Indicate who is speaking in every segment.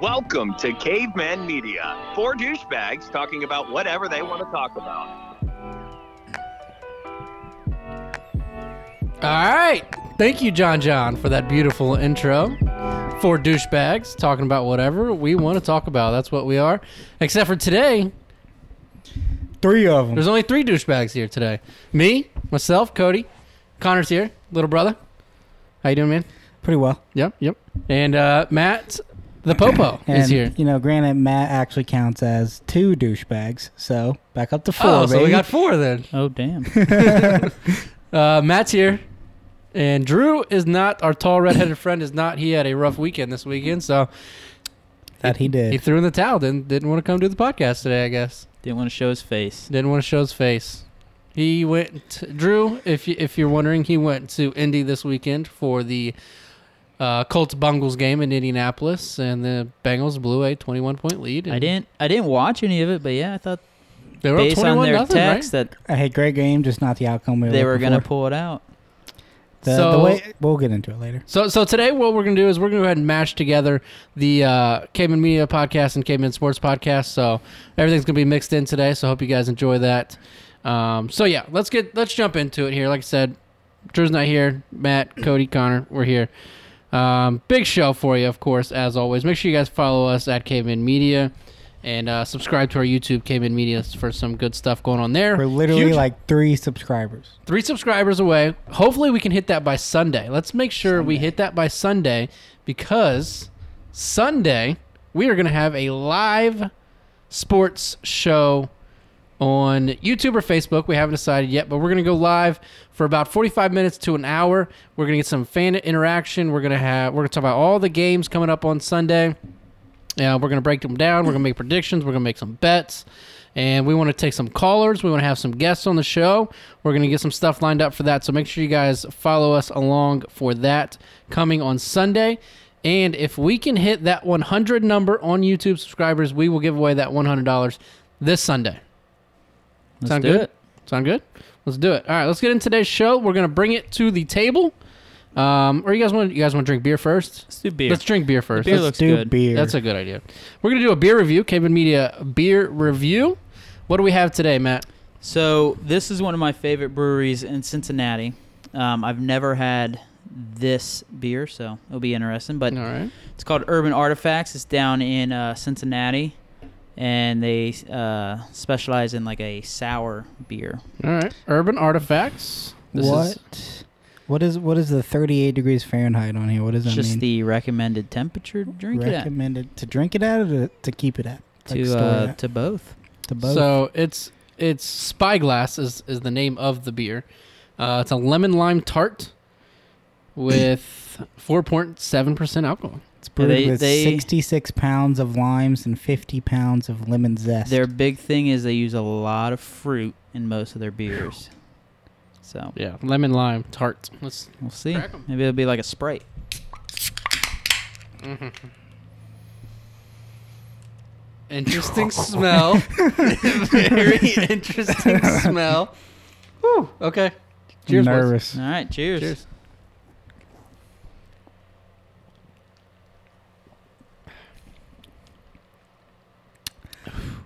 Speaker 1: Welcome to Caveman Media. Four douchebags talking about whatever they want to talk about.
Speaker 2: All right. Thank you, John John, for that beautiful intro. Four douchebags talking about whatever we want to talk about. That's what we are. Except for today,
Speaker 3: Three of them.
Speaker 2: there's only three douchebags here today. Me, myself, Cody, Connor's here, little brother. How you doing, man?
Speaker 3: Pretty well.
Speaker 2: Yep, yep. And uh, Matt, the Popo,
Speaker 3: And,
Speaker 2: is here.
Speaker 3: You know, granted, Matt actually counts as two douchebags. So back up to four.
Speaker 2: Oh, so we
Speaker 3: baby.
Speaker 2: got four then.
Speaker 4: Oh damn!
Speaker 2: Uh, Matt's here, and Drew is not. Our tall redheaded friend is not. He had a rough weekend this weekend, so
Speaker 3: that he did.
Speaker 2: he threw in the towel. Didn't didn't want to come do the podcast today. I guess
Speaker 4: Didn't want to show his face.
Speaker 2: didn't want to show his face. He went. Drew, if you, if you're wondering, he went to Indy this weekend for the uh, Colts Bengals game in Indianapolis, and the Bengals blew a 21 point lead. and
Speaker 4: I didn't. I didn't watch any of it, but yeah, I thought
Speaker 2: They were up
Speaker 4: based on
Speaker 2: 21
Speaker 4: their
Speaker 2: nothing, right?
Speaker 4: text that
Speaker 3: I had great game, just not the outcome we were.
Speaker 4: they were
Speaker 3: looking
Speaker 4: gonna
Speaker 3: for.
Speaker 4: pull it out.
Speaker 3: The,
Speaker 2: So-
Speaker 3: the way we'll get into it later.
Speaker 2: So, so today, what we're gonna do is we're gonna go ahead and mash together the uh, Cayman Media podcast and Cayman Sports podcast. So everything's gonna be mixed in today. So I hope you guys enjoy that. Um, so yeah, let's get let's jump into it here. Like I said, Drew's not here. Matt, Cody, Connor, we're here. Um, big show for you, of course, as always. Make sure you guys follow us at Cayman Media and uh, subscribe to our YouTube Cayman Media for some good stuff going on there.
Speaker 3: We're literally
Speaker 2: Huge-
Speaker 3: like three subscribers.
Speaker 2: three subscribers away. Hopefully, we can hit that by Sunday. Let's make sure we hit that by Sunday because Sunday we are going to have a live sports show on YouTube or Facebook. We haven't decided yet, but we're going to go live for about 45 minutes to an hour. We're going to get some fan interaction. We're going to have we're going to talk about all the games coming up on Sunday. Yeah, we're gonna break them down. We're gonna make predictions. We're gonna make some bets, and we want to take some callers. We want to have some guests on the show. We're gonna get some stuff lined up for that. So make sure you guys follow us along for that coming on Sunday. And if we can hit that 100 number on YouTube subscribers, we will give away that $100 this Sunday.
Speaker 4: Let's
Speaker 2: Sound
Speaker 4: do
Speaker 2: good?
Speaker 4: it.
Speaker 2: Sound good? Let's do it. All right, let's get into today's show. We're gonna bring it to the table. Um, or you guys want you guys want to drink beer first?
Speaker 4: Let's do beer.
Speaker 2: Let's drink beer first.
Speaker 4: beer
Speaker 2: Let's-
Speaker 4: looks
Speaker 3: Do
Speaker 4: good.
Speaker 3: beer.
Speaker 2: that's a good idea. We're gonna do a beer review, Cayman Media beer review. What do we have today, Matt?
Speaker 4: So this is one of my favorite breweries in Cincinnati. Um, I've never had this beer, so it'll be interesting. But
Speaker 2: All right.
Speaker 4: it's called Urban Artifacts. It's down in uh, Cincinnati, and they uh, specialize in like a sour beer.
Speaker 2: All right. Urban artifacts.
Speaker 4: This
Speaker 3: what?
Speaker 4: is
Speaker 3: what is what is the 38 degrees Fahrenheit on here? What does that
Speaker 4: just
Speaker 3: mean?
Speaker 4: the recommended temperature. to Drink it at.
Speaker 3: Recommended to drink it at or to, to keep it at? Like,
Speaker 4: to
Speaker 3: store it
Speaker 4: uh,
Speaker 3: at?
Speaker 4: to both.
Speaker 3: to both.
Speaker 2: So it's it's spyglass is is the name of the beer. Uh, it's a lemon lime tart with four point seven percent alcohol.
Speaker 3: it's brewed
Speaker 4: they-
Speaker 3: with
Speaker 4: they-
Speaker 3: 66 pounds of limes and 50 pounds of lemon zest.
Speaker 4: Their big thing is they use a lot of fruit in most of their beers. So
Speaker 2: Yeah, lemon lime tart. Let's
Speaker 4: we'll see.
Speaker 2: Crack 'em.
Speaker 4: Maybe it'll be like a sprite.
Speaker 2: Interesting smell. Very interesting smell. Whew. Okay. Cheers, boys.
Speaker 3: nervous.
Speaker 4: All right, cheers.
Speaker 2: Cheers.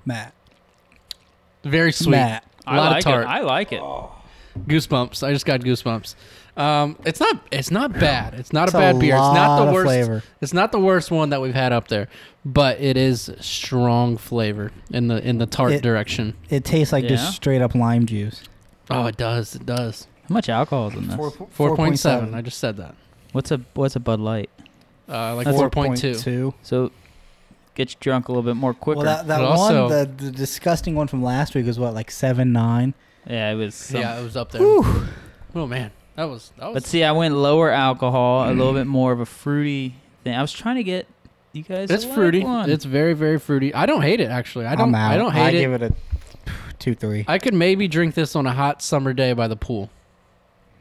Speaker 3: Matt.
Speaker 2: Very sweet.
Speaker 3: Matt.
Speaker 2: A lot of tart.
Speaker 4: like it.
Speaker 2: Goosebumps. I just got goosebumps. Um, it's not. It's not bad. It's not
Speaker 3: It's
Speaker 2: a
Speaker 3: a
Speaker 2: bad beer. It's not
Speaker 3: lot
Speaker 2: the
Speaker 3: of
Speaker 2: worst.
Speaker 3: flavor.
Speaker 2: It's not the worst one that we've had up there, but it is strong flavor in the in the tart
Speaker 3: It-
Speaker 2: direction.
Speaker 3: It tastes like
Speaker 4: Yeah.
Speaker 3: just straight up lime juice.
Speaker 2: Oh, it does. It does.
Speaker 4: How much alcohol is in this?
Speaker 2: Four point seven. I just said that.
Speaker 4: What's a what's a Bud Light?
Speaker 2: Uh, like four point two.
Speaker 4: So get you drunk a little bit more quicker.
Speaker 3: Well, that, that
Speaker 2: But
Speaker 3: one,
Speaker 2: also-
Speaker 3: the, the disgusting one from last week was what, like seven nine.
Speaker 4: yeah, it was. Some,
Speaker 2: Yeah, it was up there. Oh man, that was that was.
Speaker 4: But see, I went lower alcohol, a little bit more of a fruity thing. I was trying to get you guys.
Speaker 2: it's
Speaker 4: to like
Speaker 2: fruity.
Speaker 4: one.
Speaker 2: It's very very fruity. I don't hate it actually. I don't.
Speaker 3: I'm out.
Speaker 2: I don't hate it.
Speaker 3: give it a two three.
Speaker 2: I could maybe drink this on a hot summer day by the pool.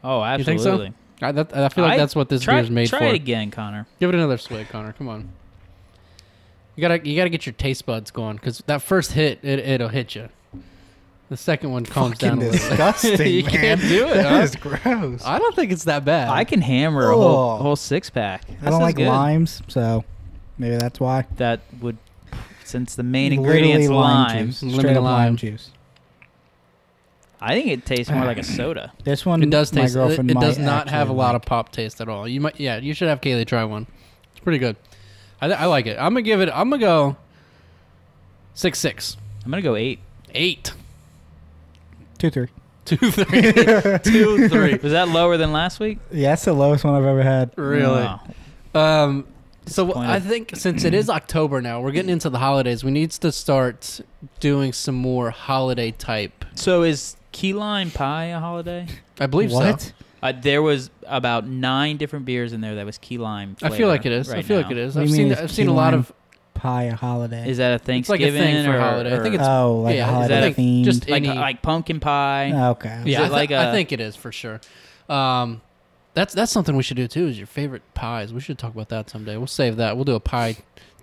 Speaker 4: oh,
Speaker 2: You think so?
Speaker 4: absolutely.
Speaker 2: I, that, I feel like
Speaker 4: I-
Speaker 2: that's what this
Speaker 4: Try,
Speaker 2: beer's made
Speaker 4: try
Speaker 2: for.
Speaker 4: it again, Connor.
Speaker 2: Give it another swig, Connor. Come on. You gotta you gotta get your taste buds going because that first hit it it'll hit you. The second one calms
Speaker 3: Fucking
Speaker 2: down a little. bit.
Speaker 3: disgusting,
Speaker 2: you
Speaker 3: man.
Speaker 2: can't do it.
Speaker 3: That
Speaker 2: Huh?
Speaker 3: is gross. I,
Speaker 2: I don't think it's that bad.
Speaker 4: I can hammer a whole,
Speaker 3: Oh.
Speaker 4: whole six pack. That
Speaker 3: don't
Speaker 4: sounds
Speaker 3: like
Speaker 4: good.
Speaker 3: limes, so Maybe that's why.
Speaker 4: That would, since the main
Speaker 3: Literally
Speaker 4: ingredient's lime,
Speaker 3: juice.
Speaker 2: Lemon
Speaker 3: Straight up
Speaker 2: lime.
Speaker 3: lime juice.
Speaker 4: I think it tastes more like a soda.
Speaker 3: This one,
Speaker 2: It does taste.
Speaker 3: My
Speaker 2: It,
Speaker 3: girlfriend
Speaker 2: it does
Speaker 3: might
Speaker 2: not have a
Speaker 3: actually
Speaker 2: lot of
Speaker 3: like.
Speaker 2: pop taste at all. You might. Yeah, you should have Kaylee try one. It's pretty good. I, I like it. I'm gonna give it. I'm gonna go six six
Speaker 4: I'm gonna go eight.
Speaker 2: eight
Speaker 3: two, three.
Speaker 2: two three two three.
Speaker 4: Was that lower than last week?
Speaker 3: Yeah, that's the lowest one I've ever had.
Speaker 2: Really.
Speaker 4: Wow.
Speaker 2: Um, so
Speaker 4: Disappointed.
Speaker 2: I think since it is October now, we're getting into the holidays. We need to start doing some more holiday type.
Speaker 4: So is key lime pie a holiday?
Speaker 2: I believe
Speaker 3: what?
Speaker 2: so.
Speaker 4: Uh, there was about nine different beers in there that was key lime.
Speaker 2: I feel
Speaker 4: flavor
Speaker 2: like it is. I
Speaker 4: right
Speaker 2: feel
Speaker 4: now.
Speaker 2: like it is.
Speaker 3: What do
Speaker 2: I've
Speaker 3: you mean
Speaker 2: seen.
Speaker 3: it's
Speaker 2: I've seen
Speaker 3: key
Speaker 2: a lot
Speaker 3: lime?
Speaker 2: of.
Speaker 3: Pie a holiday.
Speaker 4: Is that a
Speaker 2: It's like a
Speaker 4: Thanksgiving
Speaker 2: thing for
Speaker 4: or,
Speaker 2: holiday. I think
Speaker 4: or-
Speaker 2: it's-
Speaker 3: oh, like
Speaker 2: yeah,
Speaker 3: a
Speaker 4: is that
Speaker 3: holiday
Speaker 4: like-
Speaker 3: themed.
Speaker 2: just
Speaker 4: like
Speaker 2: any-
Speaker 4: like pumpkin pie.
Speaker 3: Oh, okay.
Speaker 2: Yeah,
Speaker 4: it
Speaker 2: I, thi-
Speaker 4: like uh, a-
Speaker 2: I think it is for sure. Um, that's that's something we should do too. Is your favorite pies? We should talk about that someday. We'll save that. We'll do a pie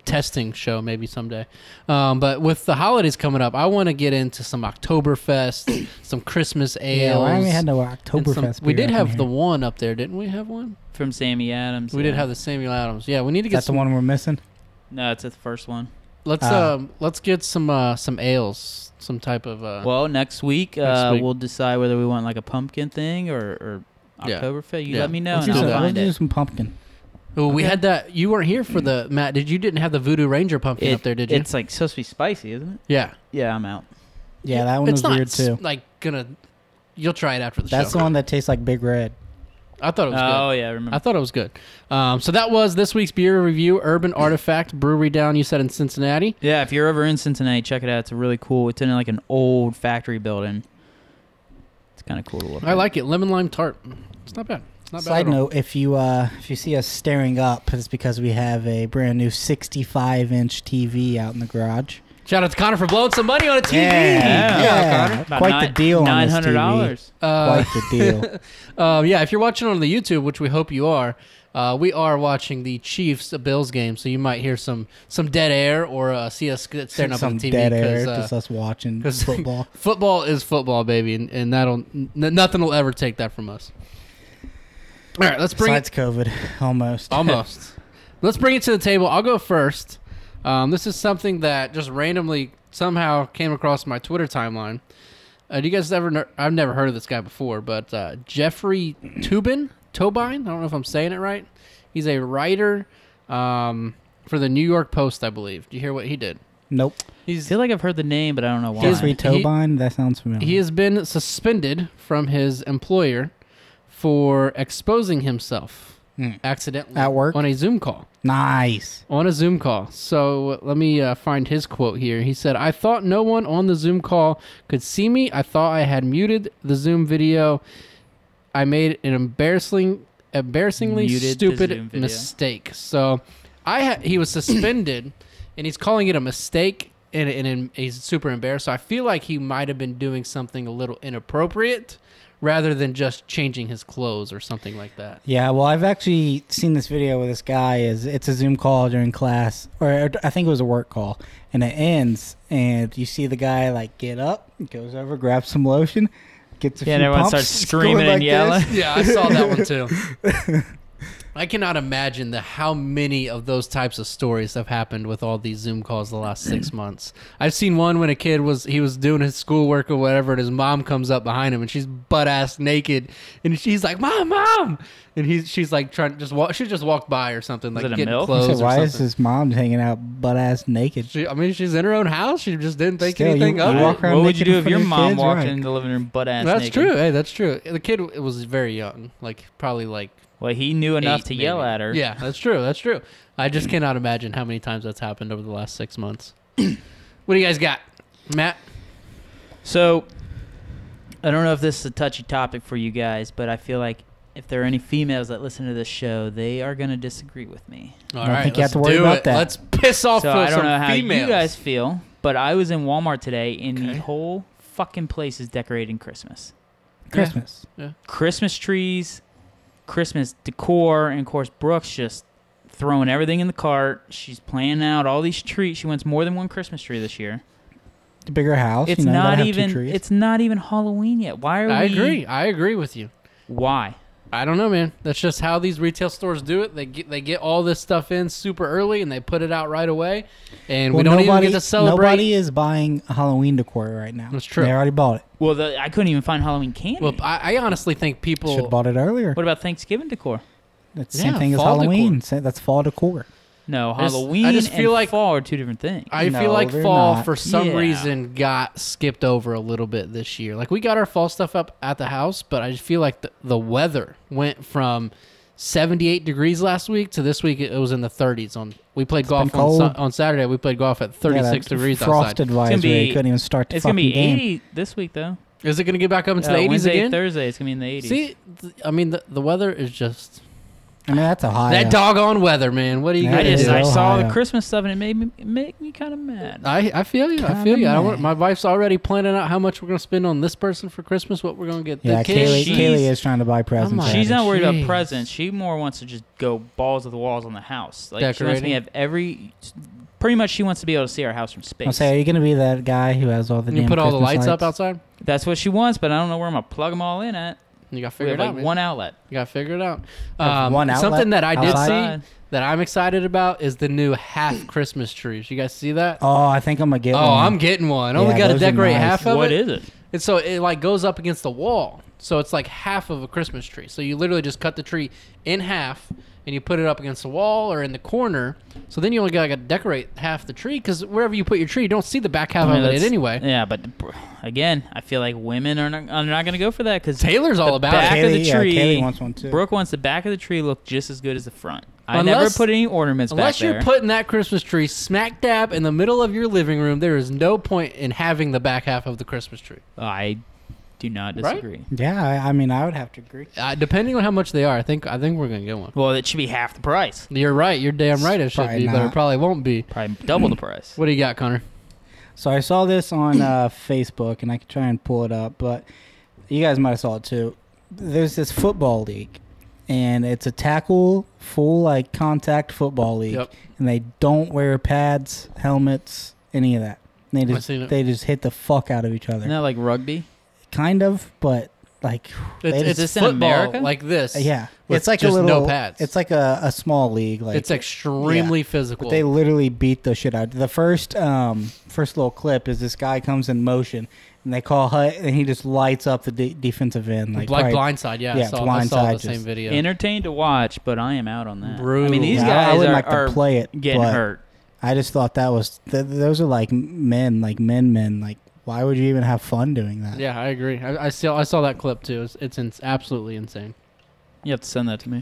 Speaker 2: testing show maybe someday. Um, but with the holidays coming up, I want to get into some Oktoberfest, some Christmas
Speaker 3: Yeah,
Speaker 2: ales.
Speaker 3: why haven't we had no
Speaker 2: and some-
Speaker 3: Oktoberfest?
Speaker 2: we
Speaker 3: beer
Speaker 2: did
Speaker 3: up in
Speaker 2: have the
Speaker 3: here?
Speaker 2: one up there, didn't we? Have one.
Speaker 4: from Sammy Adams.
Speaker 2: We did
Speaker 4: yeah.
Speaker 2: have the Samuel Adams. Yeah, we need to
Speaker 3: Is
Speaker 2: get
Speaker 3: that the
Speaker 2: some.
Speaker 3: one we're missing?
Speaker 4: No, it's the first one.
Speaker 2: Let's
Speaker 3: Ah.
Speaker 2: um, let's get some uh, some ales, some type of uh,
Speaker 4: Well, next week,
Speaker 2: Next
Speaker 4: uh,
Speaker 2: week.
Speaker 4: we'll decide whether we want like a pumpkin thing or, or
Speaker 2: Yeah.
Speaker 4: Oktoberfest. You
Speaker 2: Yeah.
Speaker 4: let me know
Speaker 3: Let's
Speaker 4: and
Speaker 3: do
Speaker 4: I'll
Speaker 3: some- let's
Speaker 4: find
Speaker 3: do
Speaker 4: it.
Speaker 3: some pumpkin.
Speaker 2: Well, we had that. You weren't here for the Matt. Did you didn't have the Voodoo Ranger pumpkin
Speaker 4: It-
Speaker 2: up there? Did you?
Speaker 4: It's like supposed to be spicy, isn't it?
Speaker 2: yeah,
Speaker 4: Yeah, I'm out.
Speaker 3: Yeah, that one
Speaker 2: it's
Speaker 3: was
Speaker 2: not
Speaker 3: weird
Speaker 2: s-
Speaker 3: too.
Speaker 2: Like gonna, you'll try it after the
Speaker 3: That's
Speaker 2: show.
Speaker 3: the one that tastes like Big Red.
Speaker 2: I thought it was
Speaker 4: Oh
Speaker 2: good.
Speaker 4: yeah, I remember.
Speaker 2: I thought it was good. Um, so that was this week's beer review. Urban Artifact Brewery down. You said in Cincinnati.
Speaker 4: yeah, if you're ever in Cincinnati, check it out. It's really cool. It's in like an old factory building. It's kind of cool to look.
Speaker 2: I
Speaker 4: at.
Speaker 2: like it. Lemon lime tart. It's not bad. It's not
Speaker 3: Side
Speaker 2: bad. at all.
Speaker 3: note: If you uh, if you see us staring up, it's because we have a brand new 65 inch TV out in the garage.
Speaker 2: Shout out to Connor for blowing some money on a TV.
Speaker 3: Yeah. Yeah.
Speaker 4: About
Speaker 3: Quite the
Speaker 4: nine-
Speaker 3: deal on this TV.
Speaker 4: $900.
Speaker 2: Uh,
Speaker 3: Quite the deal.
Speaker 2: Uh, yeah, if you're watching on the YouTube, which we hope you are, uh, we are watching the Chiefs Bills game, so you might hear some some dead air or uh, see us get- staring up
Speaker 3: Some
Speaker 2: on the TV.
Speaker 3: dead air,
Speaker 2: 'cause, uh,
Speaker 3: just us watching
Speaker 2: 'cause-
Speaker 3: football.
Speaker 2: football is football, baby, and, and that'll n- nothing will ever take that from us. All right, let's bring
Speaker 3: Besides COVID, almost.
Speaker 2: it almost. let's bring it to the table. I'll go first. Um, this is something that just randomly somehow came across my Twitter timeline. Uh, do you guys ever? kn- I've never heard of this guy before, but uh, Jeffrey Tubin, Tobin. I don't know if I'm saying it right. He's a writer um, for the New York Post, I believe. Do you hear what he did?
Speaker 3: Nope.
Speaker 4: I
Speaker 2: He's
Speaker 4: feel like I've heard the name, but I don't know why.
Speaker 2: He's
Speaker 3: Jeffrey Tobin. That sounds familiar.
Speaker 2: He has been suspended from his employer for exposing himself
Speaker 3: Hmm.
Speaker 2: accidentally
Speaker 3: At work?
Speaker 2: on a Zoom call.
Speaker 3: nice.
Speaker 2: On a Zoom call. So let me uh, find his quote here. He said, I thought no one on the Zoom call could see me. I thought I had muted the Zoom video. I made an embarrassing, embarrassingly
Speaker 4: Muted the Zoom
Speaker 2: stupid
Speaker 4: video.
Speaker 2: mistake. So I ha- he was suspended, and he's calling it a mistake, and, and, and he's super embarrassed. So I feel like he might have been doing something a little inappropriate rather than just changing his clothes or something like that.
Speaker 3: Yeah, well, I've actually seen this video where this guy is. It's a Zoom call during class, or I think it was a work call, and it ends, and you see the guy like get up, goes over, grabs some lotion, gets a
Speaker 4: Yeah, and
Speaker 3: few pumps,
Speaker 4: everyone starts
Speaker 3: is
Speaker 4: screaming
Speaker 3: going
Speaker 4: and
Speaker 3: this.
Speaker 4: yelling.
Speaker 2: Yeah, I saw that one too. I cannot imagine the how many of those types of stories have happened with all these Zoom calls the last six months. I've seen one when a kid was he was doing his schoolwork or whatever, and his mom comes up behind him and she's butt ass naked, and she's like, "Mom, mom," and he's she's like trying to just walk. She just walked by or something,
Speaker 4: Was
Speaker 2: like
Speaker 4: it a
Speaker 2: getting
Speaker 4: milk?
Speaker 3: I
Speaker 2: clothes.
Speaker 3: said,
Speaker 2: or
Speaker 3: why is
Speaker 2: something.
Speaker 3: his mom hanging out butt ass naked?
Speaker 2: She, I mean, she's in her own house. She just didn't think
Speaker 3: Still, you-
Speaker 2: anything
Speaker 3: you
Speaker 2: of it.
Speaker 3: walk around
Speaker 4: what would
Speaker 3: naked
Speaker 4: you
Speaker 3: in
Speaker 4: do if
Speaker 3: front
Speaker 4: your
Speaker 3: of your
Speaker 4: mom
Speaker 3: kids?
Speaker 4: walked
Speaker 3: Right.
Speaker 4: in the living room butt ass
Speaker 2: That's
Speaker 4: naked?
Speaker 2: true. Hey, that's true. The kid w- was very young, like probably like
Speaker 4: Well, he knew enough
Speaker 2: eight,
Speaker 4: to yell
Speaker 2: maybe.
Speaker 4: at her.
Speaker 2: Yeah, that's true. That's true. I just cannot imagine how many times that's happened over the last six months. what do you guys got, Matt?
Speaker 4: So, I don't know if this is a touchy topic for you guys, but I feel like if there are any females that listen to this show, they are going to disagree with me.
Speaker 2: All
Speaker 3: don't think you
Speaker 2: let's
Speaker 3: have to worry
Speaker 2: do
Speaker 3: about
Speaker 2: it.
Speaker 3: that.
Speaker 2: Let's piss off
Speaker 4: so
Speaker 2: for
Speaker 4: I don't
Speaker 2: some
Speaker 4: know how
Speaker 2: females.
Speaker 4: you guys feel, but I was in Walmart today, and
Speaker 2: Okay.
Speaker 4: the whole fucking place is decorating Christmas,
Speaker 3: Christmas.
Speaker 4: Christmas trees, Christmas decor, and of course Brooks just throwing everything in the cart. She's planning out all these trees. She wants more than one Christmas tree this year.
Speaker 3: The bigger house.
Speaker 4: It's
Speaker 3: you know, you don't
Speaker 4: not
Speaker 3: have two
Speaker 4: even.
Speaker 3: trees.
Speaker 4: It's not even Halloween yet. Why are
Speaker 2: I
Speaker 4: we?
Speaker 2: agree. I agree with you.
Speaker 4: Why?
Speaker 2: I don't know, man. That's just how these retail stores do it. They get they get all this stuff in super early and they put it out right away, and we don't even get to celebrate.
Speaker 3: Nobody is buying Halloween decor right now.
Speaker 2: That's true.
Speaker 3: They already bought it.
Speaker 4: Well, the, I couldn't even find Halloween candy.
Speaker 2: well, I, I honestly think
Speaker 3: Should have
Speaker 2: people.
Speaker 3: bought it earlier.
Speaker 4: what about Thanksgiving decor?
Speaker 3: That's the
Speaker 2: Yeah,
Speaker 3: same thing as
Speaker 2: fall decor.
Speaker 3: Halloween. Sa- That's fall decor.
Speaker 4: No,
Speaker 2: I just- I
Speaker 4: Halloween
Speaker 2: just
Speaker 4: and
Speaker 2: feel like-
Speaker 4: fall are two different things.
Speaker 2: I
Speaker 3: No,
Speaker 2: feel like
Speaker 3: they're
Speaker 2: fall
Speaker 3: not.
Speaker 2: for some
Speaker 4: Yeah.
Speaker 2: reason got skipped over a little bit this year. Like we got our fall stuff up at the house, but I just feel like the, the weather went from 78 degrees last week to this week it was in the 30s on we played golf
Speaker 3: been
Speaker 2: on, Sun-
Speaker 3: cold.
Speaker 2: on Saturday. We played golf at
Speaker 3: Yeah,
Speaker 2: 36
Speaker 3: that
Speaker 2: degrees
Speaker 3: Frost
Speaker 2: outside.
Speaker 3: advisory.
Speaker 4: be-
Speaker 3: couldn't even start the
Speaker 4: it's gonna
Speaker 3: fucking
Speaker 4: be
Speaker 3: game.
Speaker 4: 80 this week though.
Speaker 2: Is it going to get back up into
Speaker 4: Uh,
Speaker 2: the 80s
Speaker 4: Wednesday,
Speaker 2: again?
Speaker 4: Thursday, it's gonna be in the 80s.
Speaker 2: See, th- I mean, the, the weather is just
Speaker 3: I mean, that's uh, Ohio.
Speaker 2: that doggone weather, man. What do you
Speaker 3: Yeah,
Speaker 4: I
Speaker 2: gonna
Speaker 3: it
Speaker 4: just
Speaker 2: do?
Speaker 3: is.
Speaker 4: I saw
Speaker 3: Ohio.
Speaker 4: the Christmas stuff and it made me it made me kind of mad.
Speaker 2: I, I feel you. I
Speaker 3: Kinda
Speaker 2: feel you. I don't want,
Speaker 3: mad.
Speaker 2: my wife's already planning out how much we're gonna spend on this person for Christmas, what we're gonna get the
Speaker 3: Yeah,
Speaker 2: kids.
Speaker 3: Kaylee,
Speaker 4: She's-
Speaker 3: Kaylee is trying to
Speaker 2: Oh
Speaker 3: buy presents.
Speaker 2: like-
Speaker 4: She's not worried
Speaker 2: Jeez.
Speaker 4: about presents. She more wants to just go balls to the walls on the house. Like she wants me
Speaker 2: Decorating.
Speaker 4: to have every. Pretty much, she wants to be able to see our house from
Speaker 3: I'm
Speaker 4: space.
Speaker 3: saying, are you gonna be that guy who has all the
Speaker 2: you
Speaker 3: damn
Speaker 2: put all the lights,
Speaker 3: Christmas
Speaker 2: up outside.
Speaker 4: That's what she wants, but I don't know where I'm gonna plug them all in at.
Speaker 2: You gotta
Speaker 4: We
Speaker 2: figure
Speaker 4: have
Speaker 2: it out.
Speaker 4: like
Speaker 2: man.
Speaker 4: one outlet.
Speaker 2: You gotta figure it out.
Speaker 3: Have
Speaker 2: Um,
Speaker 3: one outlet
Speaker 2: something that I did
Speaker 4: outside.
Speaker 2: see that I'm excited about is the new half Christmas trees. You guys see that? Oh,
Speaker 3: Oh, I think I'm gonna get. one.
Speaker 2: I'm getting one. Only
Speaker 3: Yeah,
Speaker 2: gotta
Speaker 3: those are
Speaker 2: decorate
Speaker 3: nice.
Speaker 2: half of
Speaker 4: What
Speaker 2: it.
Speaker 4: is it?
Speaker 2: And so it like goes up against the wall. So it's like half of a Christmas tree. So you literally just cut the tree in half and you put it up against the wall or in the corner. So then you only got to decorate half the tree because wherever you put your tree, you don't see the back half
Speaker 4: I mean,
Speaker 2: of it
Speaker 4: that's-
Speaker 2: Oh, anyway.
Speaker 4: Yeah, but br- again, I feel like women are not, are not gonna go for that because
Speaker 2: Taylor's all about
Speaker 4: back
Speaker 2: it.
Speaker 4: of the
Speaker 3: Kaylee- yeah,
Speaker 4: tree.
Speaker 3: Kaylee wants one, too.
Speaker 4: Brooke wants the back of the tree look just as good as the front. I never
Speaker 2: Unless-
Speaker 4: put any ornaments
Speaker 2: Unless
Speaker 4: back
Speaker 2: you're
Speaker 4: there.
Speaker 2: putting that Christmas tree smack dab in the middle of your living room, there is no point in having the back half of the Christmas tree.
Speaker 4: I do not
Speaker 2: Right?
Speaker 4: disagree.
Speaker 3: Yeah, I, I mean, I would have to agree.
Speaker 2: Uh, depending on how much they are, I think I think we're gonna get one.
Speaker 4: Well, it should be half the price,
Speaker 2: You're right. You're damn right. It should
Speaker 3: Probably
Speaker 2: be, but it
Speaker 3: not.
Speaker 2: probably won't be.
Speaker 4: probably double the price.
Speaker 2: What do you got, Connor?
Speaker 3: So I saw this on uh, Facebook, and I could try and pull it up, but you guys might have saw it too. There's this football league, and it's a tackle full like contact football league,
Speaker 2: Yep.
Speaker 3: and they don't wear pads, helmets, any of that. They just
Speaker 2: seen it.
Speaker 3: they just hit the fuck out of each other,
Speaker 4: Isn't that like rugby?
Speaker 3: kind of, but like
Speaker 2: It's,
Speaker 3: they
Speaker 2: it's
Speaker 4: Is this in
Speaker 2: football
Speaker 4: America?
Speaker 2: like this.
Speaker 3: Uh, yeah,
Speaker 2: with
Speaker 3: it's like
Speaker 2: just
Speaker 3: a
Speaker 2: no
Speaker 3: little
Speaker 2: pads.
Speaker 3: It's like a, a small league. Like
Speaker 2: it's extremely physical.
Speaker 3: But they literally beat the shit out. The first um first little clip is this guy comes in motion and they call hut and he just lights up the de- defensive end like,
Speaker 2: like,
Speaker 3: probably-
Speaker 2: blindside, yeah.
Speaker 3: yeah,
Speaker 2: I
Speaker 3: it's
Speaker 2: saw, I saw the
Speaker 3: blindside
Speaker 2: same
Speaker 3: just-
Speaker 2: video.
Speaker 4: Entertained to watch, but I am out on that. I
Speaker 2: Brutal.
Speaker 4: mean, these
Speaker 3: Yeah, I
Speaker 4: guys
Speaker 3: would
Speaker 4: are,
Speaker 3: like to
Speaker 4: are
Speaker 3: play it,
Speaker 4: getting
Speaker 3: but-
Speaker 4: hurt.
Speaker 3: I just thought that was th- those are like men like men men like why would you even have fun doing that?
Speaker 2: yeah, I agree. I, I saw I saw that clip too. It's it's, ins absolutely insane.
Speaker 4: You have to send that to me.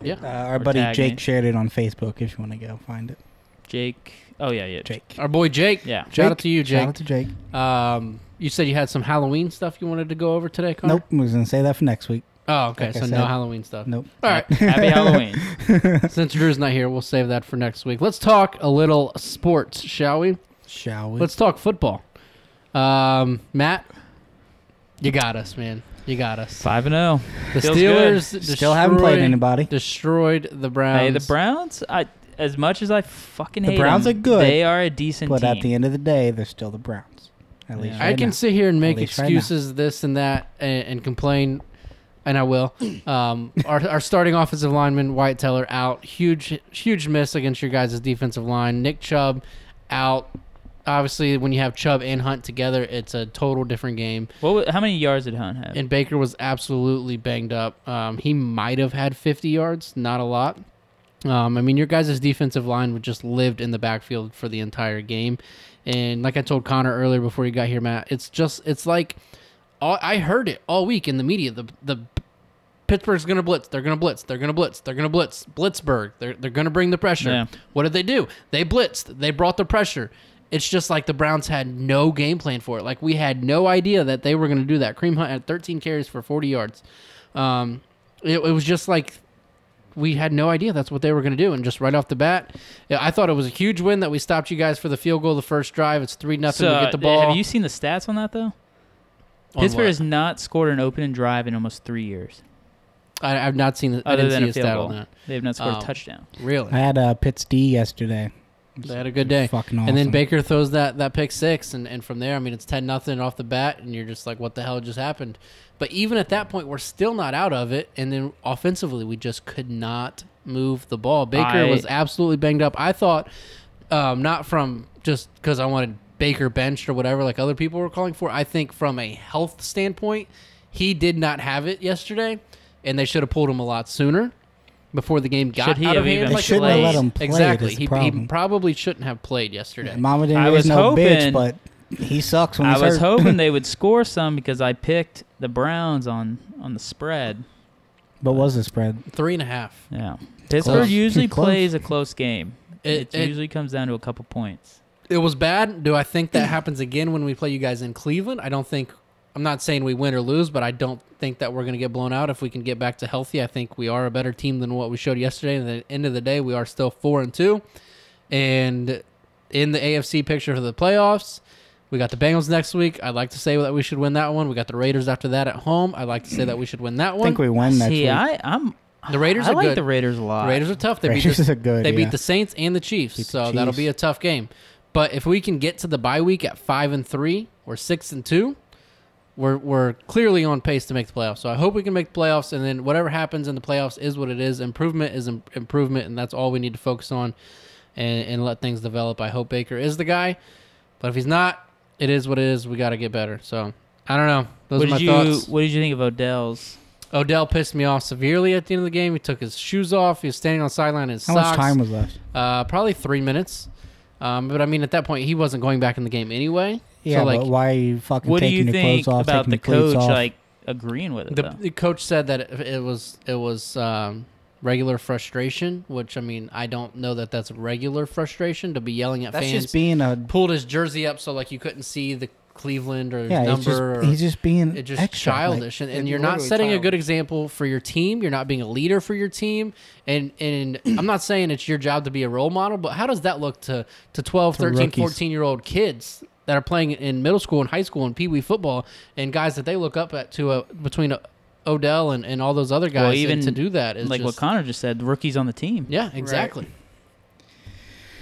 Speaker 3: Uh,
Speaker 2: Yeah,
Speaker 3: our
Speaker 4: Or
Speaker 3: buddy
Speaker 4: tag
Speaker 3: Jake
Speaker 4: me.
Speaker 3: shared it on Facebook if you want to go find it.
Speaker 4: Jake. Oh yeah, yeah.
Speaker 3: Jake.
Speaker 2: our boy Jake.
Speaker 4: Yeah.
Speaker 2: shout out to you,
Speaker 3: Shout
Speaker 2: Jake.
Speaker 3: out to Jake.
Speaker 2: Um, you said you had some Halloween stuff you wanted to go over today, Connor.
Speaker 3: Nope, I was gonna say that for next week.
Speaker 2: Oh, okay.
Speaker 3: Like I
Speaker 2: so no
Speaker 3: said.
Speaker 2: Halloween stuff.
Speaker 3: Nope.
Speaker 2: All right.
Speaker 4: Happy Halloween.
Speaker 2: Since Drew's not here, we'll save that for next week. Let's talk a little sports, shall we?
Speaker 3: Shall we?
Speaker 2: Let's talk football. Um, Matt, you got us, man. You got us.
Speaker 4: Five and oh. zero.
Speaker 2: The
Speaker 4: Feels
Speaker 2: Steelers
Speaker 3: Still haven't played
Speaker 2: destroyed-
Speaker 3: anybody.
Speaker 2: Destroyed the Browns.
Speaker 4: Hey, the Browns. I as much as I fucking
Speaker 3: The
Speaker 4: hate
Speaker 3: Browns
Speaker 4: them,
Speaker 3: are good,
Speaker 4: They are a decent
Speaker 3: But
Speaker 4: team.
Speaker 3: at the end of the day, they're still the Browns. At least
Speaker 4: Yeah.
Speaker 2: I
Speaker 3: right
Speaker 2: can
Speaker 3: now.
Speaker 2: sit here and make
Speaker 3: least right now.
Speaker 2: excuses, this and that, and, and complain, and I will. Um, our, our starting offensive lineman White Teller out, huge huge miss against your guys' defensive line. Nick Chubb out. Obviously, when you have Chubb and Hunt together, it's a total different game.
Speaker 4: what, wa- how many yards did Hunt have?
Speaker 2: And Baker was absolutely banged up. Um, he might have had 50 yards, not a lot. Um, I mean, your guys' defensive line would just lived in the backfield for the entire game. And like I told Connor earlier before you got here, Matt, it's just it's like all, I heard it all week in the media. The the Pittsburgh's gonna blitz. They're gonna blitz. They're gonna blitz. They're gonna blitz. Blitzburg. They're they're gonna bring the pressure.
Speaker 4: Yeah.
Speaker 2: What did they do? They blitzed. They brought the pressure. It's just like the Browns had no game plan for it. Like we had no idea that they were gonna do that. Cream Hunt had 13 carries for 40 yards. Um, it, it was just like we had no idea that's what they were going to do, and just right off the bat, yeah, I thought it was a huge win that we stopped you guys for the field goal the first drive. It's three nothing.
Speaker 4: So,
Speaker 2: we get the
Speaker 4: uh,
Speaker 2: ball.
Speaker 4: Have you seen the stats on that though?
Speaker 2: On
Speaker 4: Pittsburgh
Speaker 2: what?
Speaker 4: has not scored an opening drive in almost three years.
Speaker 2: I, I've not seen. The, I
Speaker 4: Other
Speaker 2: didn't
Speaker 4: than
Speaker 2: see
Speaker 4: a
Speaker 2: a
Speaker 4: field
Speaker 2: stat
Speaker 4: goal,
Speaker 2: on that.
Speaker 4: they have not scored
Speaker 2: Um,
Speaker 4: a touchdown.
Speaker 2: Really?
Speaker 3: I had a Pitts D yesterday.
Speaker 2: They had a good day.
Speaker 3: Fucking
Speaker 2: And then
Speaker 3: awesome.
Speaker 2: Baker throws that, that pick six, and, and from there, I mean, it's 10 nothing off the bat, and you're just like, what the hell just happened? But even at that point, we're still not out of it. And then offensively, we just could not move the ball. Baker
Speaker 4: I-
Speaker 2: was absolutely banged up. I thought, um, not from just because I wanted Baker benched or whatever, like other people were calling for, I think from a health standpoint, he did not have it yesterday, and they should have pulled him a lot sooner. Before the game got
Speaker 4: Should he
Speaker 2: out of
Speaker 4: have
Speaker 2: hand,
Speaker 4: even
Speaker 2: like it
Speaker 4: They shouldn't have
Speaker 2: was.
Speaker 4: let
Speaker 3: him play,
Speaker 2: exactly.
Speaker 3: that's the
Speaker 2: He- he,
Speaker 3: problem.
Speaker 2: probably shouldn't have played yesterday.
Speaker 3: Mama didn't
Speaker 4: I
Speaker 3: raise
Speaker 4: was
Speaker 3: no bitch,
Speaker 4: hoping-
Speaker 3: but he sucks when
Speaker 4: I
Speaker 3: he's
Speaker 4: was
Speaker 3: hurt.
Speaker 4: hoping they would score some because I picked the Browns on on the spread.
Speaker 3: but was the spread?
Speaker 2: Three and a half.
Speaker 4: Yeah, Pittsburgh
Speaker 3: close.
Speaker 4: usually
Speaker 3: Close.
Speaker 4: plays a close game.
Speaker 2: It-
Speaker 4: It,
Speaker 2: it-
Speaker 4: usually comes down to a couple points.
Speaker 2: It was bad. Do I think
Speaker 3: Mm.
Speaker 2: that happens again when we play you guys in Cleveland? I don't think. I'm not saying we win or lose, but I don't think that we're going to get blown out. If we can get back to healthy, I think we are a better team than what we showed yesterday. And at the end of the day, we are still four and two, and in the AFC picture for the playoffs. We got the Bengals next week. I'd like to say that we should win that one. We got the Raiders after that at home. I'd like to say that we should win that
Speaker 3: I
Speaker 2: one.
Speaker 3: think we win next
Speaker 4: See,
Speaker 3: week.
Speaker 4: I, I'm
Speaker 2: The Raiders
Speaker 4: I
Speaker 2: are
Speaker 4: like
Speaker 2: good.
Speaker 4: the Raiders a lot.
Speaker 2: The Raiders are tough. They beat
Speaker 3: Raiders
Speaker 2: the,
Speaker 3: are good,
Speaker 2: They
Speaker 3: yeah.
Speaker 2: beat the Saints and the Chiefs,
Speaker 3: Beat the
Speaker 2: so that'll
Speaker 3: Chiefs.
Speaker 2: be a tough game. But if we can get to the bye week at five and three or six and two, we're we're clearly on pace to make the playoffs. So I hope we can make the playoffs, and then whatever happens in the playoffs is what it is. Improvement is im- improvement, and that's all we need to focus on, and, and let things develop. I hope Baker is the guy, but if he's not, it is what it is. We got to get better. So I don't know. Those
Speaker 4: What
Speaker 2: are my
Speaker 4: did you
Speaker 2: thoughts.
Speaker 4: What did you think of Odell's?
Speaker 2: Odell pissed me off severely at the end of the game. He took his shoes off. He was standing on the sideline in his
Speaker 3: How
Speaker 2: socks.
Speaker 3: much time was left?
Speaker 2: Uh, probably three minutes. Um, but I mean, at that point, he wasn't going back in the game anyway.
Speaker 3: Yeah,
Speaker 2: so, like,
Speaker 3: but why are you fucking
Speaker 4: What do
Speaker 3: taking
Speaker 4: you
Speaker 3: your
Speaker 4: think
Speaker 3: clothes off?
Speaker 4: about
Speaker 3: taking
Speaker 4: the
Speaker 3: your cleats
Speaker 4: coach
Speaker 3: off?
Speaker 4: like agreeing with it?
Speaker 2: the,
Speaker 4: though?
Speaker 2: the coach said that it, it was it was um, regular frustration, which I mean, I don't know that that's regular frustration to be yelling at
Speaker 3: that's
Speaker 2: fans.
Speaker 3: just being a
Speaker 2: pulled his jersey up so like you couldn't see the Cleveland or his
Speaker 3: yeah.
Speaker 2: number.
Speaker 3: He's just,
Speaker 2: or,
Speaker 3: he's just being
Speaker 2: it's just
Speaker 3: extra, like,
Speaker 2: childish and, and
Speaker 3: it's
Speaker 2: you're not
Speaker 3: literally
Speaker 2: setting a good
Speaker 3: childish.
Speaker 2: example for your team you're not being a leader for your team and and i'm not saying it's your job to be a role model but how does that look to to 12 13
Speaker 3: rookies.
Speaker 2: 14 year old kids that are playing in middle school and high school and pee wee football and guys that they look up at to a, between uh Odell and, and all those other guys
Speaker 4: Well,
Speaker 2: and
Speaker 4: even
Speaker 2: to do that is
Speaker 4: like
Speaker 2: just,
Speaker 4: what Connor just said, the rookies on the team.
Speaker 2: yeah exactly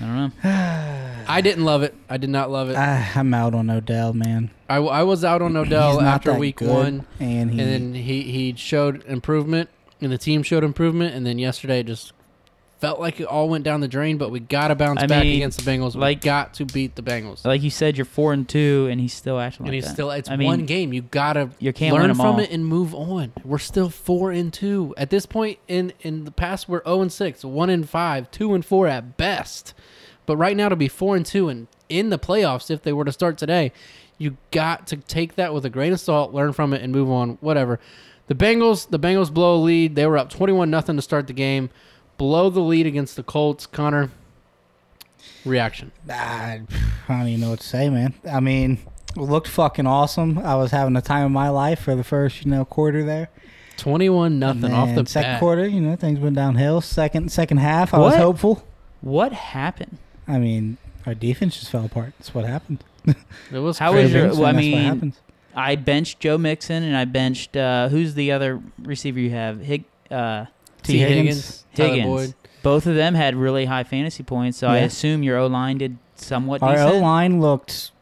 Speaker 4: I don't know.
Speaker 2: i didn't love it i did not love it
Speaker 3: Ah, I'm out on Odell, man.
Speaker 2: I, I was out on Odell
Speaker 3: he's not
Speaker 2: after
Speaker 3: that
Speaker 2: week
Speaker 3: good,
Speaker 2: one
Speaker 3: and he
Speaker 2: and then he he showed improvement, and the team showed improvement, and then yesterday it just felt like it all went down the drain. But we got to bounce
Speaker 4: I
Speaker 2: back
Speaker 4: mean,
Speaker 2: against the Bengals.
Speaker 4: like-
Speaker 2: we got to beat the Bengals,
Speaker 4: Like you said, you're four and two, and he's still acting
Speaker 2: and
Speaker 4: like
Speaker 2: he's
Speaker 4: that.
Speaker 2: still it's
Speaker 4: I mean,
Speaker 2: one game. You got to
Speaker 4: You can't win
Speaker 2: learn
Speaker 4: 'em
Speaker 2: from
Speaker 4: all.
Speaker 2: it and move on. We're still four and two at this point. In in the past, we're zero and six, one and five, two and four at best. But right now, to be four and two and in the playoffs, if they were to start today, you got to take that with a grain of salt, learn from it, and move on. Whatever. The Bengals, the Bengals blow a lead. They were up twenty-one nothing to start the game. Blow the lead against the Colts. Connor, reaction.
Speaker 3: Ah, I don't even know what to say, man. I mean, it looked fucking awesome. I was having the time of my life for the first, you know, quarter there.
Speaker 2: Twenty-one nothing
Speaker 3: And
Speaker 2: off the
Speaker 3: second
Speaker 2: bat.
Speaker 3: quarter, you know, things went downhill. Second second half, I was
Speaker 4: What?
Speaker 3: hopeful.
Speaker 4: What happened?
Speaker 3: I mean, our defense just fell apart. That's what happened.
Speaker 2: It was
Speaker 4: How
Speaker 2: crazy.
Speaker 4: was your-
Speaker 3: That's
Speaker 4: well, I
Speaker 3: what
Speaker 4: mean,
Speaker 3: happens.
Speaker 4: I benched Joe Mixon, and I benched uh, who's the other receiver you have? Hig. Uh,
Speaker 2: T. Higgins, Tyler
Speaker 4: Higgins.
Speaker 2: Boyd.
Speaker 4: both of them had really high fantasy points, so I
Speaker 3: Yeah.
Speaker 4: assume your O line did somewhat
Speaker 3: Our
Speaker 4: decent.
Speaker 3: O line looked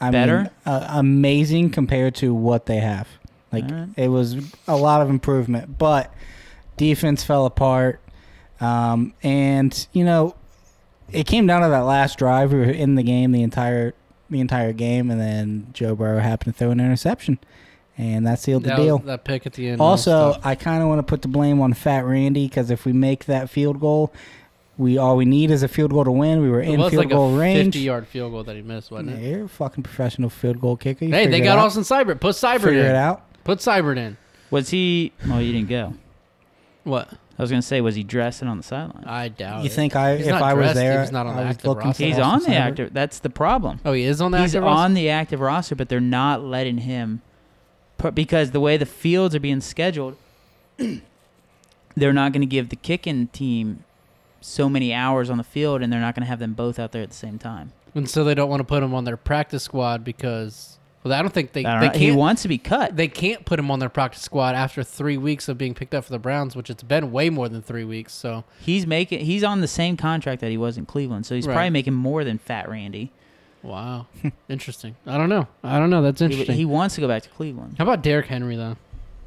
Speaker 3: I
Speaker 4: Better?
Speaker 3: mean, uh, amazing compared to what they have. Like
Speaker 4: All right.
Speaker 3: it was a lot of improvement, but defense fell apart. Um, and you know, it came down to that last drive. We were in the game the entire the entire game, and then Joe Burrow happened to throw an interception, and that sealed the
Speaker 2: that,
Speaker 3: deal.
Speaker 2: that pick at the end. was
Speaker 3: Also,
Speaker 2: tough.
Speaker 3: I kind of want to put the blame on Fat Randy because if we make that field goal, we all we need is a field goal to win. We were
Speaker 2: it
Speaker 3: in
Speaker 2: was
Speaker 3: field
Speaker 2: like
Speaker 3: goal
Speaker 2: a
Speaker 3: range.
Speaker 2: fifty-yard field goal that he missed, wasn't
Speaker 3: Yeah,
Speaker 2: it?
Speaker 3: you're a fucking professional field goal kicker. You
Speaker 2: Hey,
Speaker 3: figure
Speaker 2: they
Speaker 3: it
Speaker 2: got
Speaker 3: out.
Speaker 2: Austin Seibert. Put Seibert
Speaker 3: Figure it
Speaker 2: in.
Speaker 3: out.
Speaker 2: Put Seibert in.
Speaker 4: was he? Oh, you didn't go.
Speaker 2: What?
Speaker 4: I was gonna say, was he dressing on the sideline?
Speaker 2: I doubt.
Speaker 3: You
Speaker 2: it.
Speaker 3: think I,
Speaker 2: He's
Speaker 3: if
Speaker 2: not
Speaker 3: I was
Speaker 2: dressed, he
Speaker 3: there,
Speaker 2: was not on
Speaker 3: I
Speaker 2: the
Speaker 3: was
Speaker 2: active
Speaker 3: looking for
Speaker 2: roster.
Speaker 4: He's
Speaker 3: Austin
Speaker 4: on the
Speaker 3: Seibert?
Speaker 4: active. That's the problem.
Speaker 2: Oh, he is on the
Speaker 4: he's
Speaker 2: active roster?
Speaker 4: on the active roster, but they're not letting him pr- because the way the fields are being scheduled, they're not going to give the kicking team so many hours on the field, and they're not going to have them both out there at the same time.
Speaker 2: and so they don't want to put him on their practice squad because Well, I don't think they
Speaker 4: I don't
Speaker 2: they
Speaker 4: know. He
Speaker 2: can't
Speaker 4: wants to be cut.
Speaker 2: they can't put him on their practice squad after three weeks of being picked up for the Browns, which it's been way more than three weeks. So
Speaker 4: He's making. He's on the same contract that he was in Cleveland, so he's
Speaker 2: Right.
Speaker 4: probably making more than Fat Randy.
Speaker 2: wow, interesting. I don't know. I don't know. That's
Speaker 4: He,
Speaker 2: interesting.
Speaker 4: he wants to go back to Cleveland.
Speaker 2: How about Derrick Henry though?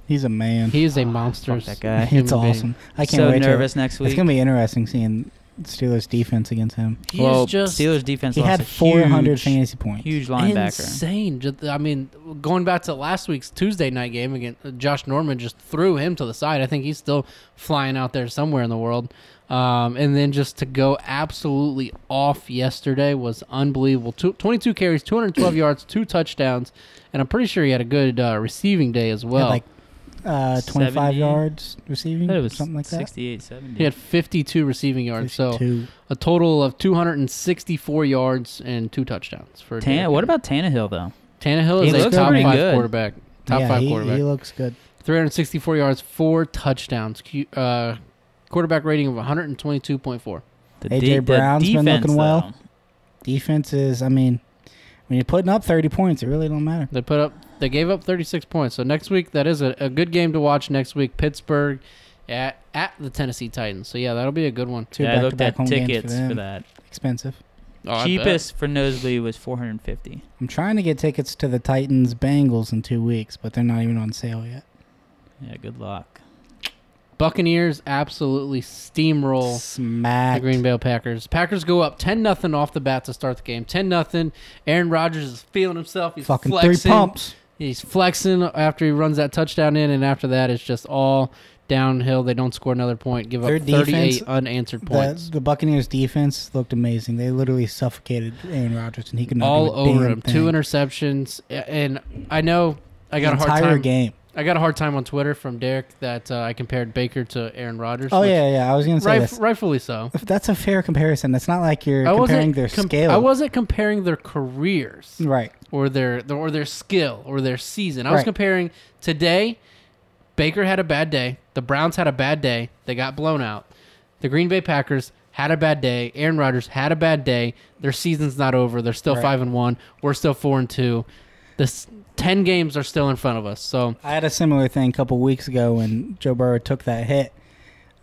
Speaker 3: He's a man. Ah,
Speaker 2: He is a monster.
Speaker 4: fuck that guy.
Speaker 2: human
Speaker 3: it's
Speaker 2: being.
Speaker 3: awesome. I can't
Speaker 4: so
Speaker 3: wait. till-
Speaker 4: nervous next week.
Speaker 3: It's gonna be interesting seeing Steelers defense against him.
Speaker 2: He's
Speaker 4: well,
Speaker 2: just
Speaker 4: Steelers defense.
Speaker 3: He
Speaker 4: lost
Speaker 3: had
Speaker 4: a
Speaker 3: 400
Speaker 4: huge,
Speaker 3: fantasy points.
Speaker 4: Huge linebacker.
Speaker 2: insane. Just- I mean, going back to last week's Tuesday night game again, uh, Josh Norman just threw him to the side. I think he's still flying out there somewhere in the world. Um, and then just to go absolutely off yesterday was unbelievable. Two, 22 carries, 212 yards, two touchdowns, and I'm pretty sure he had a good uh, receiving day as
Speaker 3: He had
Speaker 2: well.
Speaker 3: like uh, 25
Speaker 4: 70?
Speaker 3: yards
Speaker 4: I
Speaker 3: receiving,
Speaker 4: thought it was
Speaker 3: something like that.
Speaker 4: 68, 70.
Speaker 2: he had 52 receiving yards, so
Speaker 3: 52.
Speaker 2: a total of 264 yards and two touchdowns for
Speaker 4: Tan-
Speaker 2: Derrick
Speaker 4: what
Speaker 2: Henry.
Speaker 4: about Tannehill though?
Speaker 2: Tannehill
Speaker 4: He
Speaker 2: is a
Speaker 4: looks
Speaker 2: top
Speaker 4: pretty
Speaker 2: five
Speaker 4: good.
Speaker 2: quarterback. Top
Speaker 3: yeah,
Speaker 2: five
Speaker 3: he,
Speaker 2: quarterback.
Speaker 3: He looks good.
Speaker 2: 364 yards, four touchdowns, Q- uh, quarterback rating of 122.4.
Speaker 4: The
Speaker 3: A.J.
Speaker 4: de- the
Speaker 3: Brown's been
Speaker 4: defense,
Speaker 3: looking well.
Speaker 4: though.
Speaker 3: Defense is, I mean, when you're putting up 30 points, it really don't matter.
Speaker 2: They put up, they gave up 36 points. So next week, that is a, a good game to watch. Next week, Pittsburgh at at the Tennessee Titans. So yeah, that'll be a good one.
Speaker 3: Two
Speaker 4: Yeah, I looked
Speaker 3: back-to-back
Speaker 4: at
Speaker 3: home games
Speaker 4: tickets
Speaker 3: for,
Speaker 4: for,
Speaker 3: them.
Speaker 4: that.
Speaker 3: Expensive.
Speaker 2: Oh, I bet.
Speaker 4: Cheapest for nosebleed was 450.
Speaker 3: I'm trying to get tickets to the Titans Bengals in two weeks, but they're not even on sale yet.
Speaker 4: Yeah, good luck.
Speaker 2: Buccaneers absolutely steamroll
Speaker 3: Smack.
Speaker 2: the Green Bay Packers. Packers go up 10 nothing off the bat to start the game. 10 nothing. Aaron Rodgers is feeling himself. He's
Speaker 3: Fucking
Speaker 2: flexing.
Speaker 3: three pumps.
Speaker 2: He's flexing after he runs that touchdown in, and after that, it's just all downhill. They don't score another point, give
Speaker 3: Their
Speaker 2: up 38
Speaker 3: defense-
Speaker 2: unanswered
Speaker 3: The,
Speaker 2: points.
Speaker 3: the Buccaneers defense looked amazing. They literally suffocated Aaron Rodgers, and he could not
Speaker 2: all
Speaker 3: do a
Speaker 2: over
Speaker 3: damn
Speaker 2: him,
Speaker 3: Thing.
Speaker 2: two interceptions, a- and I know I got a
Speaker 3: the
Speaker 2: hard
Speaker 3: entire
Speaker 2: time.
Speaker 3: game.
Speaker 2: I got a hard time on Twitter from Derek that uh, I compared Baker to Aaron Rodgers.
Speaker 3: Oh
Speaker 2: which-
Speaker 3: yeah, yeah. I was gonna say
Speaker 2: right,
Speaker 3: this.
Speaker 2: rightfully so.
Speaker 3: That's a fair comparison. That's not like you're
Speaker 2: I
Speaker 3: comparing
Speaker 2: wasn't
Speaker 3: their
Speaker 2: com-
Speaker 3: scale.
Speaker 2: I wasn't comparing their careers
Speaker 3: right.
Speaker 2: or their or their skill or their season. I was
Speaker 3: Right.
Speaker 2: comparing today. Baker had a bad day. The Browns had a bad day. They got blown out. The Green Bay Packers had a bad day. Aaron Rodgers had a bad day. Their season's not over. They're still
Speaker 3: Right.
Speaker 2: five and one. We're still four and two. This ten games are still in front of us. So
Speaker 3: I had a similar thing a couple weeks ago when Joe Burrow took that hit.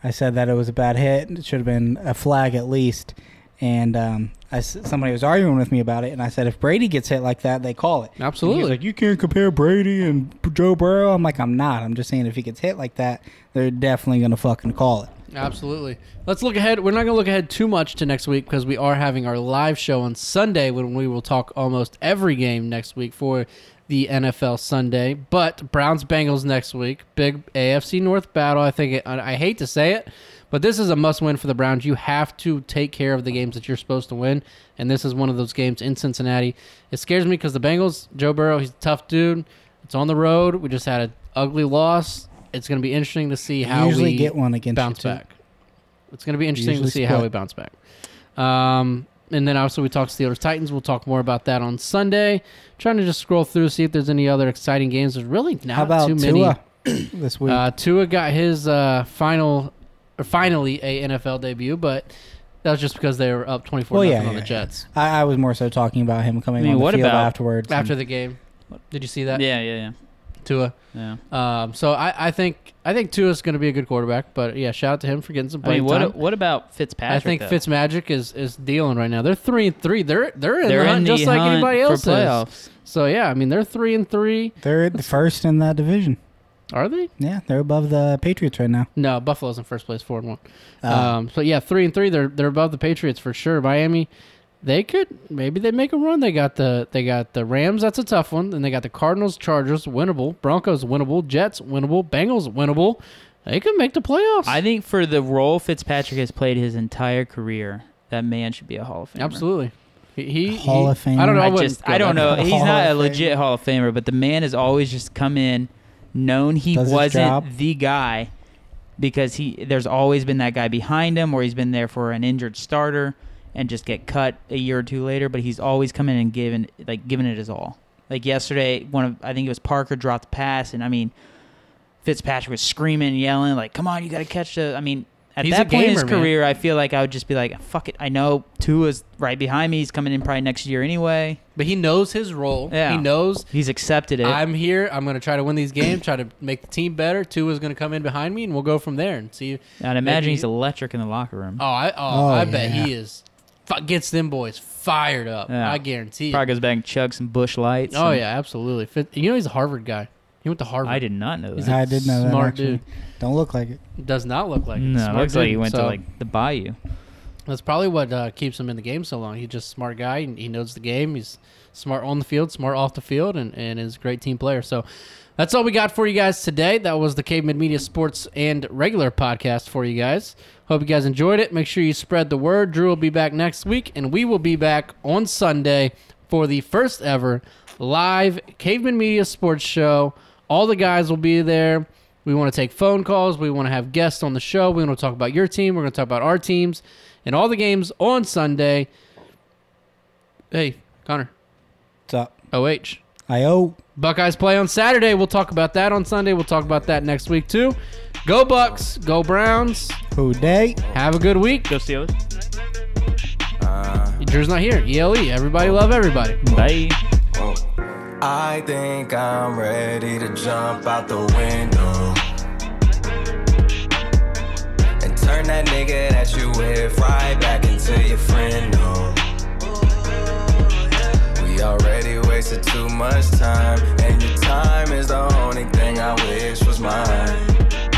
Speaker 3: I said that it was a bad hit. and It should have been a flag at least. And um, I s somebody was arguing with me about it, and I said if Brady gets hit like that, they call it. And he
Speaker 2: absolutely,
Speaker 3: was like, you can't compare Brady and Joe Burrow. I'm like, I'm not. I'm just saying if he gets hit like that, they're definitely gonna fucking call it.
Speaker 2: Absolutely. Let's look ahead. We're not going to look ahead too much to next week because we are having our live show on Sunday when we will talk almost every game next week for the NFL Sunday. But Browns Bengals next week, big AFC North battle. I think it, I I hate to say it, but this is a must win for the Browns. You have to take care of the games that you're supposed to win, and this is one of those games in Cincinnati. It scares me because the Bengals, Joe Burrow, he's a tough dude. It's on the road. We just had an ugly loss. It's going to be interesting to see how
Speaker 3: you usually
Speaker 2: we
Speaker 3: get one against you,
Speaker 2: bounce
Speaker 3: too.
Speaker 2: back. It's going to be interesting to
Speaker 3: Usually
Speaker 2: see how we
Speaker 3: split.
Speaker 2: bounce back. Um, and then also we talk Steelers Titans. We'll talk more about that on Sunday. Trying to just scroll through see if there's any other exciting games. There's really not
Speaker 3: How about
Speaker 2: too many.
Speaker 3: Tua this week?
Speaker 2: Uh, Tua got his uh, final, or finally a NFL debut, but that was just because they were up 24
Speaker 3: Well,
Speaker 2: nothing
Speaker 3: yeah,
Speaker 2: on the
Speaker 3: yeah,
Speaker 2: Jets
Speaker 3: I, I was more so talking about him coming
Speaker 4: I mean,
Speaker 3: on the
Speaker 4: what
Speaker 3: field
Speaker 4: about-
Speaker 3: afterwards. and-
Speaker 2: after the game. Did you see that?
Speaker 4: yeah, yeah,
Speaker 2: Tua.
Speaker 4: yeah.
Speaker 2: Um, so I, I think I think Tua's going to be a good quarterback. But yeah, shout out to him for getting some
Speaker 4: I
Speaker 2: playing
Speaker 4: mean, what
Speaker 2: time.
Speaker 4: what about Fitzpatrick?
Speaker 2: I think
Speaker 4: though?
Speaker 2: Fitzmagic is is dealing right now. They're three and three. They're they're in
Speaker 4: They're
Speaker 2: the
Speaker 4: in
Speaker 2: hunt just
Speaker 4: the
Speaker 2: like
Speaker 4: hunt
Speaker 2: anybody else
Speaker 4: for
Speaker 2: is.
Speaker 4: playoffs.
Speaker 2: So yeah, I mean they're three and three.
Speaker 3: They're the first in that division.
Speaker 2: Are they?
Speaker 3: Yeah, they're above the Patriots right now.
Speaker 2: No, Buffalo's in first place, four and one.
Speaker 3: Uh,
Speaker 2: Um, so yeah, three and three. They're they're above the Patriots for sure. Miami, they could maybe they make a run. They got the they got the Rams. That's a tough one. Then they got the Cardinals, Chargers, winnable. Broncos, winnable. Jets, winnable. Bengals, winnable. They could make the playoffs.
Speaker 4: I think for the role Fitzpatrick has played his entire career, that man should be a Hall of Famer.
Speaker 2: absolutely. He, he
Speaker 3: Hall
Speaker 2: he-
Speaker 3: of Fame.
Speaker 2: I don't know. I,
Speaker 4: I
Speaker 2: wouldn't
Speaker 4: just
Speaker 2: go
Speaker 4: I don't
Speaker 2: that
Speaker 4: know.
Speaker 2: far.
Speaker 4: He's
Speaker 3: Hall
Speaker 4: not a
Speaker 3: of Famer.
Speaker 4: legit Hall of Famer, but the man has always just come in, known he
Speaker 3: Does his job.
Speaker 4: wasn't the guy because he there's always been that guy behind him or he's been there for an injured starter and just get cut a year or two later, but he's always come in and given like given it his all. Like yesterday, one of I think it was Parker dropped the pass and I mean Fitzpatrick was screaming, yelling, like, Come on, you gotta catch the I mean, At
Speaker 2: He's a
Speaker 4: that point in his
Speaker 2: gamer, man.
Speaker 4: career, I feel like I would just be like, fuck it. I know Tua's right behind me. He's coming in probably next year anyway.
Speaker 2: But he knows his role.
Speaker 4: Yeah.
Speaker 2: He knows
Speaker 4: He's accepted it.
Speaker 2: I'm here. I'm going to try to win these games, try to make the team better. Tua's going to come in behind me, and we'll go from there and see.
Speaker 4: I'd imagine
Speaker 2: maybe-
Speaker 4: he's electric in the locker room.
Speaker 2: Oh, I, oh,
Speaker 3: Oh,
Speaker 2: I bet
Speaker 3: yeah.
Speaker 2: he is. Fu- gets them boys fired up.
Speaker 4: Yeah.
Speaker 2: I guarantee.
Speaker 4: Probably
Speaker 2: It.
Speaker 4: goes back and chugs some bush lights.
Speaker 2: Oh
Speaker 4: and-
Speaker 2: yeah, absolutely. Fit- You know he's a Harvard guy. He went to Harvard.
Speaker 4: I did not know
Speaker 2: He's
Speaker 4: that.
Speaker 2: a
Speaker 3: I did know that.
Speaker 2: smart
Speaker 3: actually.
Speaker 2: dude.
Speaker 3: Don't look like it.
Speaker 2: Does not look like it.
Speaker 4: no,
Speaker 2: Smart
Speaker 4: looks like he
Speaker 2: dude.
Speaker 4: went to
Speaker 2: So,
Speaker 4: like the bayou.
Speaker 2: That's probably what uh, keeps him in the game so long. He's just a smart guy. And he knows the game. He's smart on the field, smart off the field, and, and is a great team player. So that's all we got for you guys today. That was the Caveman Media Sports and Regular podcast for you guys. Hope you guys enjoyed it. Make sure you spread the word. Drew will be back next week, and we will be back on Sunday for the first ever live Caveman Media Sports show. All the guys will be there. We want to take phone calls. We want to have guests on the show. We want to talk about your team. We're going to talk about our teams and all the games on Sunday. Hey, Connor.
Speaker 3: What's up?
Speaker 2: OH.
Speaker 3: I owe.
Speaker 2: Buckeyes play on Saturday. We'll talk about that on Sunday. We'll talk about that next week, too. Go Bucks. Go Browns.
Speaker 3: Who day?
Speaker 2: Have a good week.
Speaker 4: Go Steelers.
Speaker 2: Drew's not here. ELE. Everybody love everybody.
Speaker 4: Bye.
Speaker 5: I think I'm ready to jump out the window and turn that nigga that you with right back into your friend. No, we already wasted too much time, and your time is the only thing I wish was mine.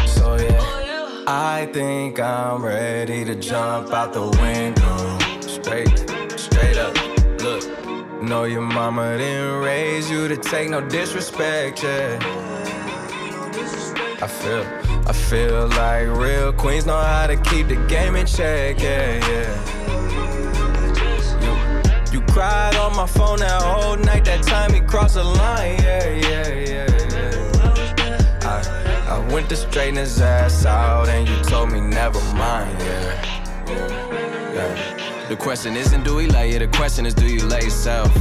Speaker 5: So, yeah, I think I'm ready to jump out the window. Straight, straight up, look. No, your mama didn't raise you to take no disrespect, yeah. I feel, I feel like real queens know how to keep the game in check, yeah, yeah. You, you cried on my phone that whole night, that time he crossed the line, yeah, yeah, yeah, yeah. I, I went to straighten his ass out and you told me never mind, yeah. Yeah. The question isn't do we love you, the question is do you love yourself?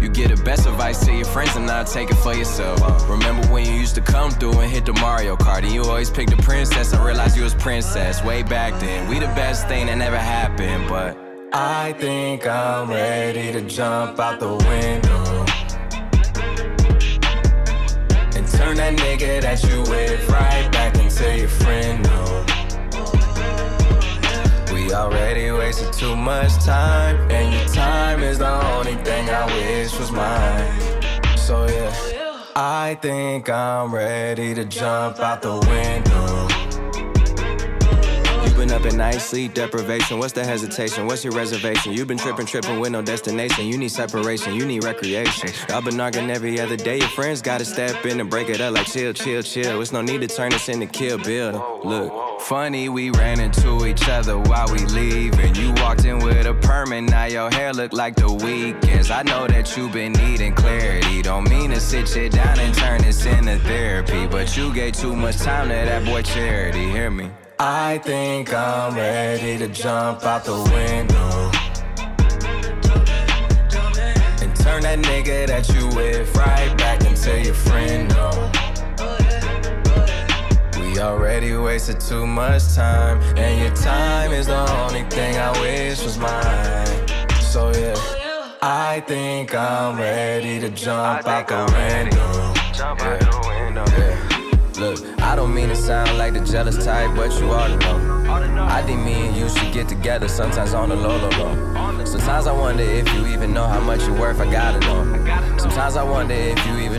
Speaker 5: You give the best advice to your friends and not take it for yourself. Uh, Remember when you used to come through and hit the Mario Kart and you always picked the princess? I realized you was princess way back then. We the best thing that never happened, but I think I'm ready to jump out the window. And turn that nigga that you with right back into your friend, no. We already wasted too much time, and your time is the only thing I wish was mine. So, yeah, I think I'm ready to jump out the window. You've been up at night, sleep deprivation. What's the hesitation? What's your reservation? You've been tripping, tripping with no destination. You need separation, you need recreation. Y'all been arguing every other day. Your friends gotta step in and break it up like chill, chill, chill. It's no need to turn this into kill bill. Look, funny we ran into each other while we leaving. You walked in with a permit, now your hair look like the weekends. I know that you've been needing clarity. Don't mean to sit you down and turn this into therapy, but you gave too much time to that boy Charity. Hear me? I think I'm ready to jump out the window and turn that nigga that you with right back into your friend. No, we already wasted too much time, and your time is the only thing I wish was mine. So yeah, I think I'm ready to jump out the window. Yeah. Look, I don't mean to sound like the jealous type, but you ought to know. I think me and you should get together sometimes on the low, low, low. Sometimes I wonder if you even know how much you're worth, I gotta know. Sometimes I wonder if you even